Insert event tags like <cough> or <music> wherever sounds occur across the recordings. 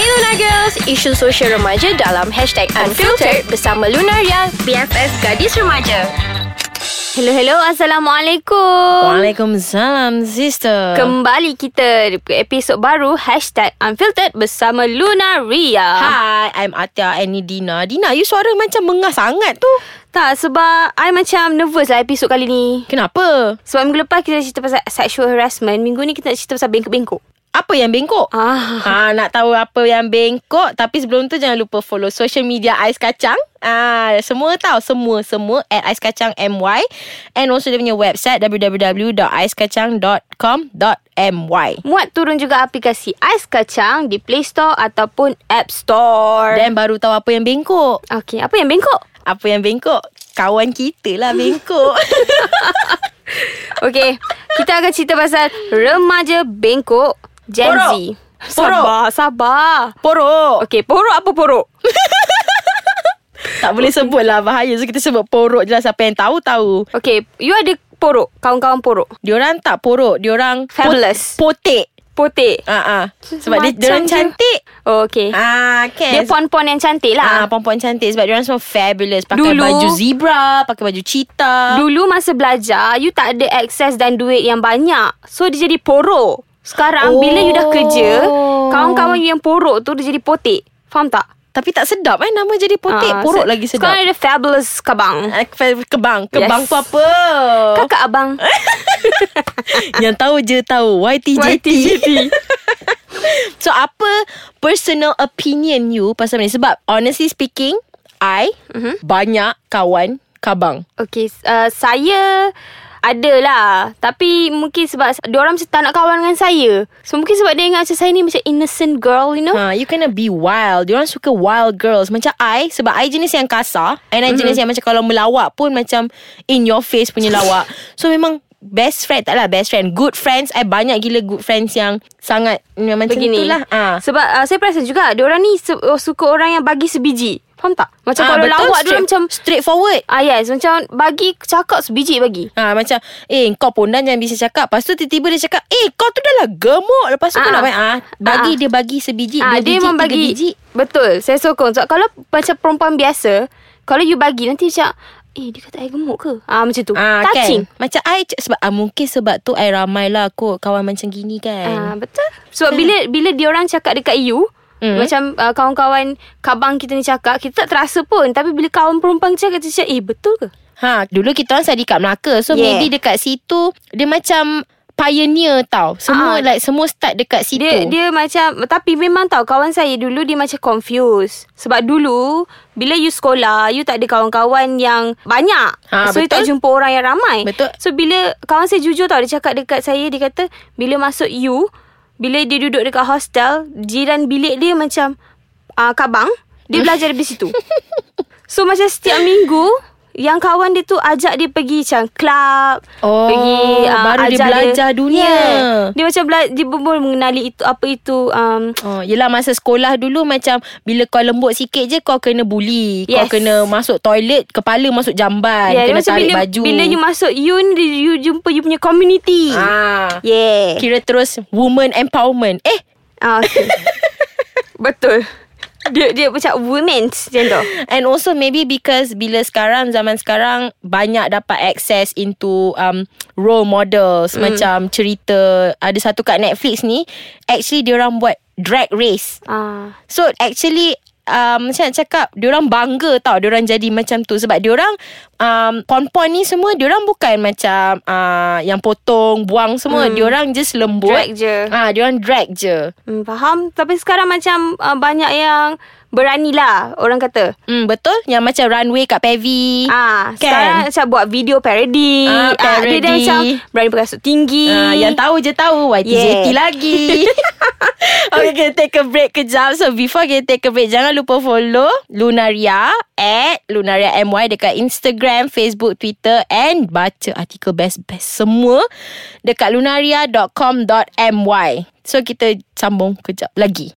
Lunar Girls, isu sosial remaja dalam hashtag Unfiltered bersama Lunaria, BFF Gadis Remaja. Hello, hello. Assalamualaikum. Waalaikumsalam sister Kembali kita episod baru hashtag Unfiltered bersama Lunaria. Hi, I'm Atia and ni Dina Dina, you suara macam mengas sangat tu Tak, sebab I macam nervous lah episod kali ni. Kenapa? Sebab minggu lepas kita cerita pasal sexual harassment. Minggu ni kita nak cerita pasal bengkok-bengkok. Apa yang bengkok? Ah. Ha, nak tahu apa yang bengkok Tapi sebelum tu jangan lupa follow social media Ais Kacang Ah, Semua tau, semua-semua At Ais Kacang MY And also dia punya website www.aiskacang.com.my Muat turun juga aplikasi Ais Kacang di Play Store ataupun App Store. Dan baru tahu apa yang bengkok Okey, apa yang bengkok? Apa yang bengkok? Kawan kita lah bengkok Okey, kita akan cerita pasal remaja bengkok Gen Porok. Z. Sabar, Porok. sabar. Porok Okey, porok apa porok? Tak boleh sebut lah Bahaya So kita sebut porok je lah Siapa yang tahu tahu Okey, you ada porok, kawan-kawan porok. Diorang tak porok Diorang pot- Fabulous. Potek Potek. Ah ah. Sebab dia Macam diorang je. cantik Oh, okey. Ah kan Dia pon-pon yang cantik lah. Ah, perempuan cantik Sebab diorang semua fabulous Pakai Dulu- baju zebra Pakai baju cheetah Dulu masa belajar, you tak ada akses dan duit yang banyak. So, dia jadi porok. Sekarang, bila you dah kerja, Oh. kawan-kawan you yang porok tu, dia jadi potek. Faham tak? Tapi tak sedap eh Nama jadi potek Ah, Porok se- lagi sedap Sekarang ada fabulous kabang. Ah, ke- Kebang Kebang Yes. tu apa Oh. Kakak abang. <laughs> Yang tahu je tahu YTJT <laughs> So apa personal opinion you pasal ni Sebab honestly speaking I Mhm. mm-hmm. banyak kawan kabang Okay, uh, saya ada lah Tapi mungkin sebab Diorang macam tak nak kawan dengan saya So mungkin sebab dia ingat macam saya ni Macam innocent girl you know Ha, you kena be wild Diorang suka wild girls Macam I Sebab I jenis yang kasar Mhm. And I jenis mm-hmm. yang macam Kalau melawak pun Macam in your face punya <laughs> lawak So memang Best friend Tak lah best friend Good friends I banyak gila good friends yang Sangat mm, Macam Begini tu lah ha. Sebab uh, saya perasan juga Diorang ni se- oh, suka orang yang bagi sebiji Faham tak? Macam Ah, kalau betul, lawak straight- diorang macam Straightforward Ah yes, macam bagi cakap sebiji bagi Ha, macam Eh kau pondan jangan bisa cakap Lepas tu tiba-tiba dia cakap Eh kau tu dah lah gemuk Lepas tu kau Ah. nak main ah, Ah. Bagi dia bagi sebiji Ah, Dua dia biji memang tiga bagi biji Betul Saya sokong Sebab kalau Macam perempuan biasa Kalau you bagi Nanti macam Eh dia kata I gemuk ke Ah Macam tu Ah, Touching kan? Macam I Sebab ah, Mungkin sebab tu I ramai lah kot Kawan macam gini Ah, kan betul. Sebab bila bila diorang cakap dekat you, mm. Hmm. macam uh, kawan-kawan kabang kita ni cakap, kita tak terasa pun. Tapi bila kawan perempuan cakap, kita cakap, eh betul ke? Ha, dulu kita orang study kat Melaka. So yeah. Yeah. maybe dekat situ dia macam pioneer tau. Semua Ah. like semua start dekat situ. Dia dia macam tapi memang tahu kawan saya dulu dia macam confused. Sebab dulu bila you sekolah, you tak ada kawan-kawan yang banyak. Ha, so you betul. tak jumpa orang yang ramai. Betul. So bila kawan saya jujur tau dia cakap dekat saya dia kata bila masuk U, bila dia duduk dekat hostel, jiran bilik dia macam uh, kabang, dia belajar dari situ. <laughs> So macam setiap minggu yang kawan dia tu ajak dia pergi macam club, Oh, pergi ah, baru dia ajak belajar dunia. Yeah. Dia macam bela- dia pun mengenali itu apa itu um, Oh, yelah masa sekolah dulu macam bila kau lembut sikit je kau kena bully. Kau Yes. kena masuk toilet, kepala masuk jamban, yeah, ya, dia kena macam tarik bila, baju. bila you masuk you ni you jumpa you punya community. ah, Yeah. kira terus woman empowerment. Eh, Ah, okay. <laughs> Betul. Dia dia macam women's macam tu. And also maybe because bila sekarang zaman sekarang banyak dapat access into um role models mm. macam cerita ada satu kat Netflix ni actually diorang buat drag race. Ah. So actually um, macam nak cakap diorang bangga tau diorang jadi macam tu sebab diorang um, pon-pon ni semua diorang bukan macam uh, yang potong buang semua mm. diorang just lembut. Hmm. Drag je. Ah diorang drag je. Hmm, faham? Tapi sekarang macam uh, banyak yang beranilah orang kata. Hmm betul yang macam runway kat Pevi. Ah, kan? Kan? sekarang macam buat video parody. Ah, Ah, dia, dia parody. macam berani berkasut tinggi. Uh, yang tahu je tahu YTJT yeah. Yeah. lagi Okay kita take a break kejap So before kita take a break Jangan lupa follow Lunaria At Lunaria MY Dekat Instagram Facebook Twitter And baca artikel best-best semua Dekat lunaria.com.my So kita sambung kejap lagi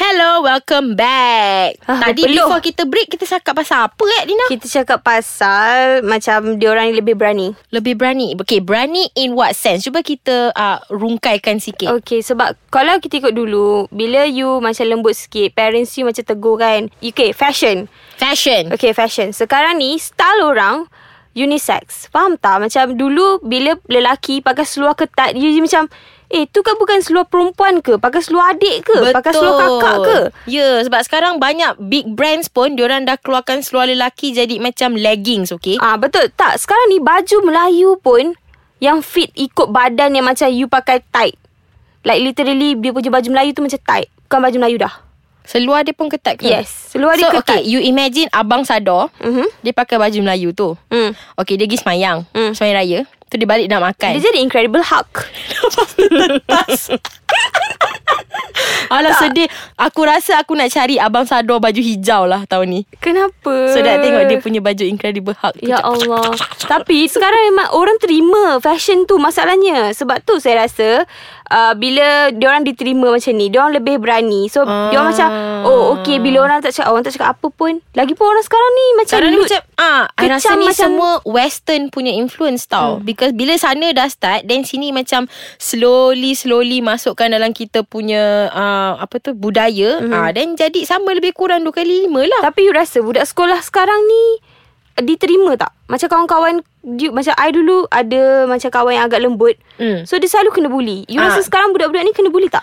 Hello, welcome back. Ah, Tadi berpeluh. before kita break kita cakap pasal apa eh Dina? Kita cakap pasal macam diorang ni lebih berani. Lebih berani. Okay, berani in what sense? Cuba kita uh, rungkaikan sikit. Okay, sebab kalau kita ikut dulu, bila you macam lembut sikit, parents you macam tegur kan. Okay, fashion. Fashion. Okay, fashion. Sekarang ni, style orang unisex. Faham tak? Macam dulu bila lelaki pakai seluar ketat, you je macam, eh tu kan bukan seluar perempuan ke? Pakai seluar adik ke? Pakai seluar kakak ke? Ya, yeah, sebab sekarang banyak big brands pun diorang dah keluarkan seluar lelaki jadi macam leggings, okay? Ah betul tak sekarang ni baju Melayu pun yang fit ikut badan yang macam you pakai tight. Like literally dia punya baju Melayu tu macam tight. Bukan baju Melayu dah. Seluar dia pun ketat ke? Yes, seluar dia so, ketat. okay, you imagine abang Sador, Mhm. dia pakai baju Melayu tu. Hmm. Okay, dia pergi semayang. Hmm. Semayang raya. Tu dia balik nak makan. Dia jadi incredible hulk. Alah sedih. Aku rasa aku nak cari abang Sador baju hijau lah tahun ni. Kenapa? So dah tengok dia punya baju Incredible Hulk tu. Ya Allah Tapi sekarang memang Orang terima Fashion tu masalahnya Sebab tu saya rasa uh, Bila Diorang diterima macam ni Diorang lebih berani So ah. Ah. Diorang macam Oh okay Bila orang tak cakap Orang tak cakap apa pun Lagipun orang sekarang ni Macam Sekarang ni look- macam ah, I kecam rasa ni macam- semua Western punya influence tau hmm. Because bila sana dah start Then sini macam Slowly slowly Masukkan dalam kita punya uh, Apa tu Budaya hmm. ah, Then jadi sama lebih kurang Dua kali lima lah Tapi you rasa budak sekolah sekarang ni eh, diterima tak? Macam kawan-kawan you, macam I dulu ada macam kawan yang agak lembut. Hmm. So dia selalu kena bully. You Ah. rasa sekarang budak-budak ni kena bully tak?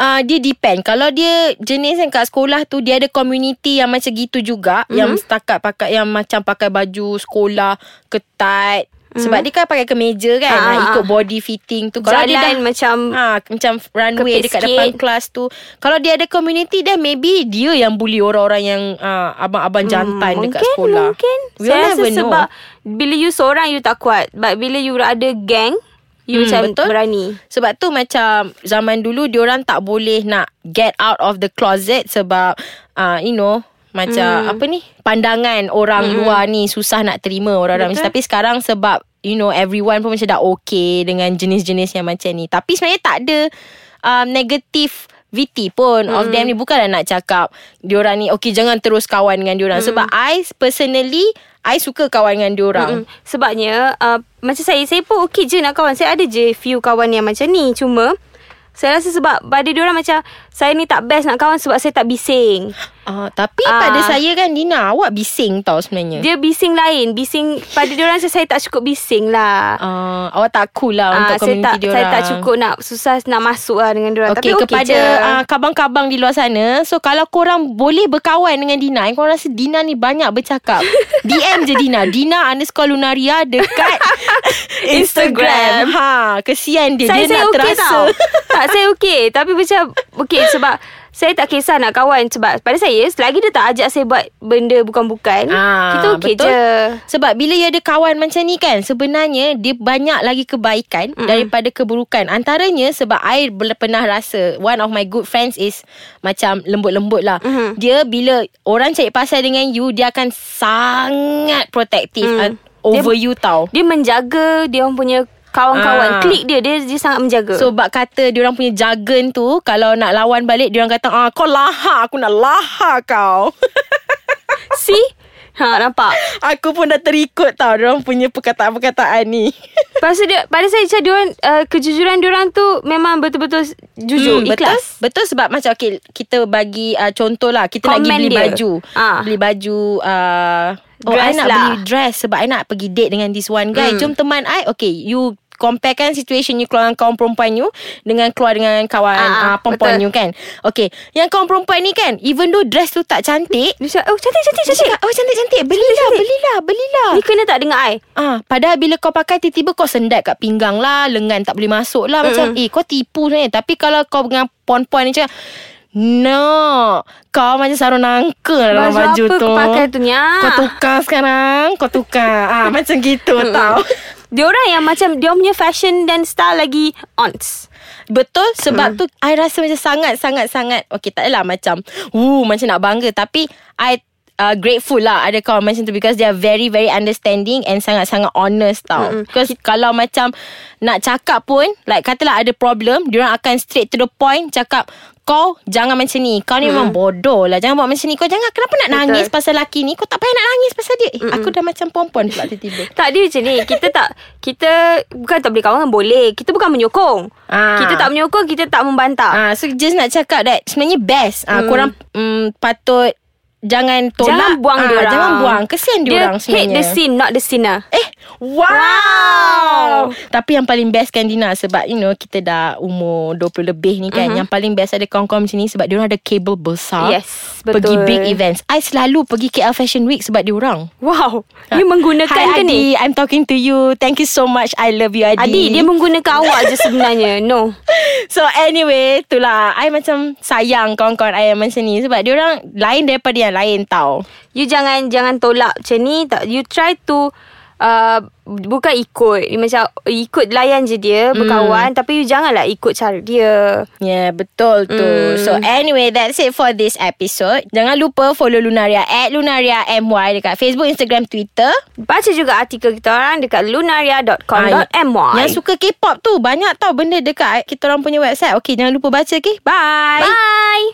uh, dia depend. Kalau dia jenis yang kat sekolah tu dia ada community yang macam gitu juga Hmm. mm-hmm. yang setakat pakai yang macam pakai baju sekolah ketat mm-hmm. sebab dia kan pakai kemeja kan Hmm. Ah, ha, ah, ikut body fitting tu kalau Kalau Jalan dia dah macam Ha, macam runway Kepit dekat sikit. depan kelas tu Kalau dia ada community Then maybe dia yang bully orang-orang yang uh, Abang-abang jantan dekat Hmm, mungkin, sekolah Mungkin We Saya all rasa never know. sebab Bila you seorang you tak kuat But bila you ada gang You Hmm, macam betul. berani Sebab tu macam zaman dulu diorang tak boleh nak get out of the closet sebab uh, you know macam Hmm. apa ni pandangan orang luar ni susah nak terima orang-orang macam Betul. tapi sekarang sebab you know everyone pun macam dah okay dengan jenis-jenis yang macam ni tapi sebenarnya tak ada um, negative VT pun mm. Hmm. of them ni bukanlah nak cakap diorang ni okay jangan terus kawan dengan diorang Hmm. mm. sebab I personally I suka kawan dengan diorang Mm-mm. Hmm. Sebabnya uh, Macam saya Saya pun okey je nak kawan Saya ada je few kawan yang macam ni Cuma Saya rasa sebab Pada diorang macam Saya ni tak best nak kawan Sebab saya tak bising Ah, tapi Ah. pada saya kan Dina awak bising tau sebenarnya. Dia bising lain Bising Pada diorang macam Saya tak cukup bising lah uh, awak tak cool lah Ah, untuk saya community tak diorang. saya tak cukup nak susah nak masuk lah dengan diorang tapi ah, Okay, Tapi okey kepada je. uh, kabang-kabang di luar sana So kalau korang boleh berkawan dengan Dina Yang korang rasa Dina ni banyak <laughs> bercakap DM je Dina Dina underscore Lunaria <laughs> dekat Instagram ha, Kesian dia saya Dia saya nak okey terasa tau. tak saya okey tapi macam okey sebab saya tak kisah nak kawan sebab pada saya selagi dia tak ajak saya buat benda bukan-bukan Ah, kita okey betul. je. Sebab bila you ada kawan macam ni kan Sebenarnya dia banyak lagi kebaikan mm Daripada keburukan Antaranya sebab I bel- pernah rasa One of my good friends is Macam lembut-lembut lah mm Dia bila orang cari pasal dengan you Dia akan sangat protective Mm. mm. Over you tau Dia menjaga dia orang punya kawan-kawan Ah. klik dia dia dia sangat menjaga. So bak kata diorang punya jargon tu Kalau nak lawan balik Diorang kata ah, Kau lahak Aku nak lahak kau <laughs> see Ha nampak Aku pun dah terikut tau Diorang punya perkataan-perkataan ni Pasal dia Pada saya macam diorang, uh, Kejujuran diorang tu Memang betul-betul Jujur Hmm, Ikhlas Betul, betul sebab macam okay, kita bagi uh, contoh lah. Kita Comment nak Comment pergi beli dia. baju. Ah. Beli baju... Uh, Oh, Dress I lah. nak Hmm. beli dress sebab I nak pergi date dengan this one guy. Jom teman I. Okay, you comparekan situation you keluar dengan kawan perempuan you dengan keluar dengan kawan Ah, ah, uh, perempuan betul. you kan. Okay, yang kawan perempuan ni kan, even though dress tu tak cantik, Dia cakap Oh cantik cantik cantik dia cakap, oh cantik-cantik, belilah, belilah, belilah. Ni kena tak dengan I Ah, padahal bila kau pakai tiba-tiba kau sendat kat pinggang lah, lengan tak boleh masuk lah macam eh kau tipu sebenarnya. Tapi kalau kau dengan pon-pon ni cakap No Kau macam sarung nangka lah dalam baju, apa tu kau pakai tu ni ah. Kau tukar sekarang Kau tukar ah, <laughs> Macam gitu tau <laughs> Dia orang yang macam Dia punya fashion dan style lagi Ons Betul Sebab tu I rasa macam sangat Sangat sangat Okay tak adalah macam Woo, Macam nak bangga Tapi I uh, grateful lah ada kawan macam tu because they are very very understanding and sangat-sangat honest tau. Mm-hmm. Because kalau macam nak cakap pun like katalah ada problem, diorang akan straight to the point cakap kau jangan macam ni. Kau ni memang bodoh lah. Jangan buat macam ni. Kau jangan kenapa nak Betul. nangis pasal laki ni? Kau tak payah nak nangis pasal dia. Eh, aku dah macam pompon pula tiba-tiba. Tak dia macam ni Kita tak Kita Bukan tak boleh kawan Boleh Kita bukan menyokong Ah. Kita tak menyokong Kita tak membantah Ah, so just nak cakap that sebenarnya best. Ah, korang mm, patut jangan Hmm. tolak. Jangan buang Ah, diorang Jangan buang. Kesian Dia diorang hate sebenarnya. the sin Not the sinner Eh, wow. Tapi yang paling best kan Dina sebab you know kita dah umur 20 lebih ni kan. Uh-huh. Yang paling best ada kawan-kawan macam ni sebab dia orang ada kabel besar. Mhm. Yes, Ah. Pergi betul. big events. I selalu pergi KL Fashion Week sebab dia orang. Wow You Ah. menggunakan ke Hi Adi, ni I'm talking to you. Thank you so much. I love you Adi. Adi dia menggunakan awak je sebenarnya No <laughs> So anyway Itulah I macam sayang Kawan-kawan I yang macam ni Sebab diorang Lain daripada yang lain tau You jangan Jangan tolak macam ni tak, You try to uh, Bukan ikut You Macam Ikut layan je Hmm. dia Berkawan Tapi you janganlah ikut cara dia Yeah Ya, betul tu mm. So anyway That's it for this episode Jangan lupa follow Lunaria At Lunaria MY Dekat Facebook, Instagram, Twitter Baca juga artikel kita orang Dekat lunaria.com.my Ah, ya. Yang suka K-pop tu Banyak tau benda dekat Kita orang punya website Okay jangan lupa baca okay Bye Bye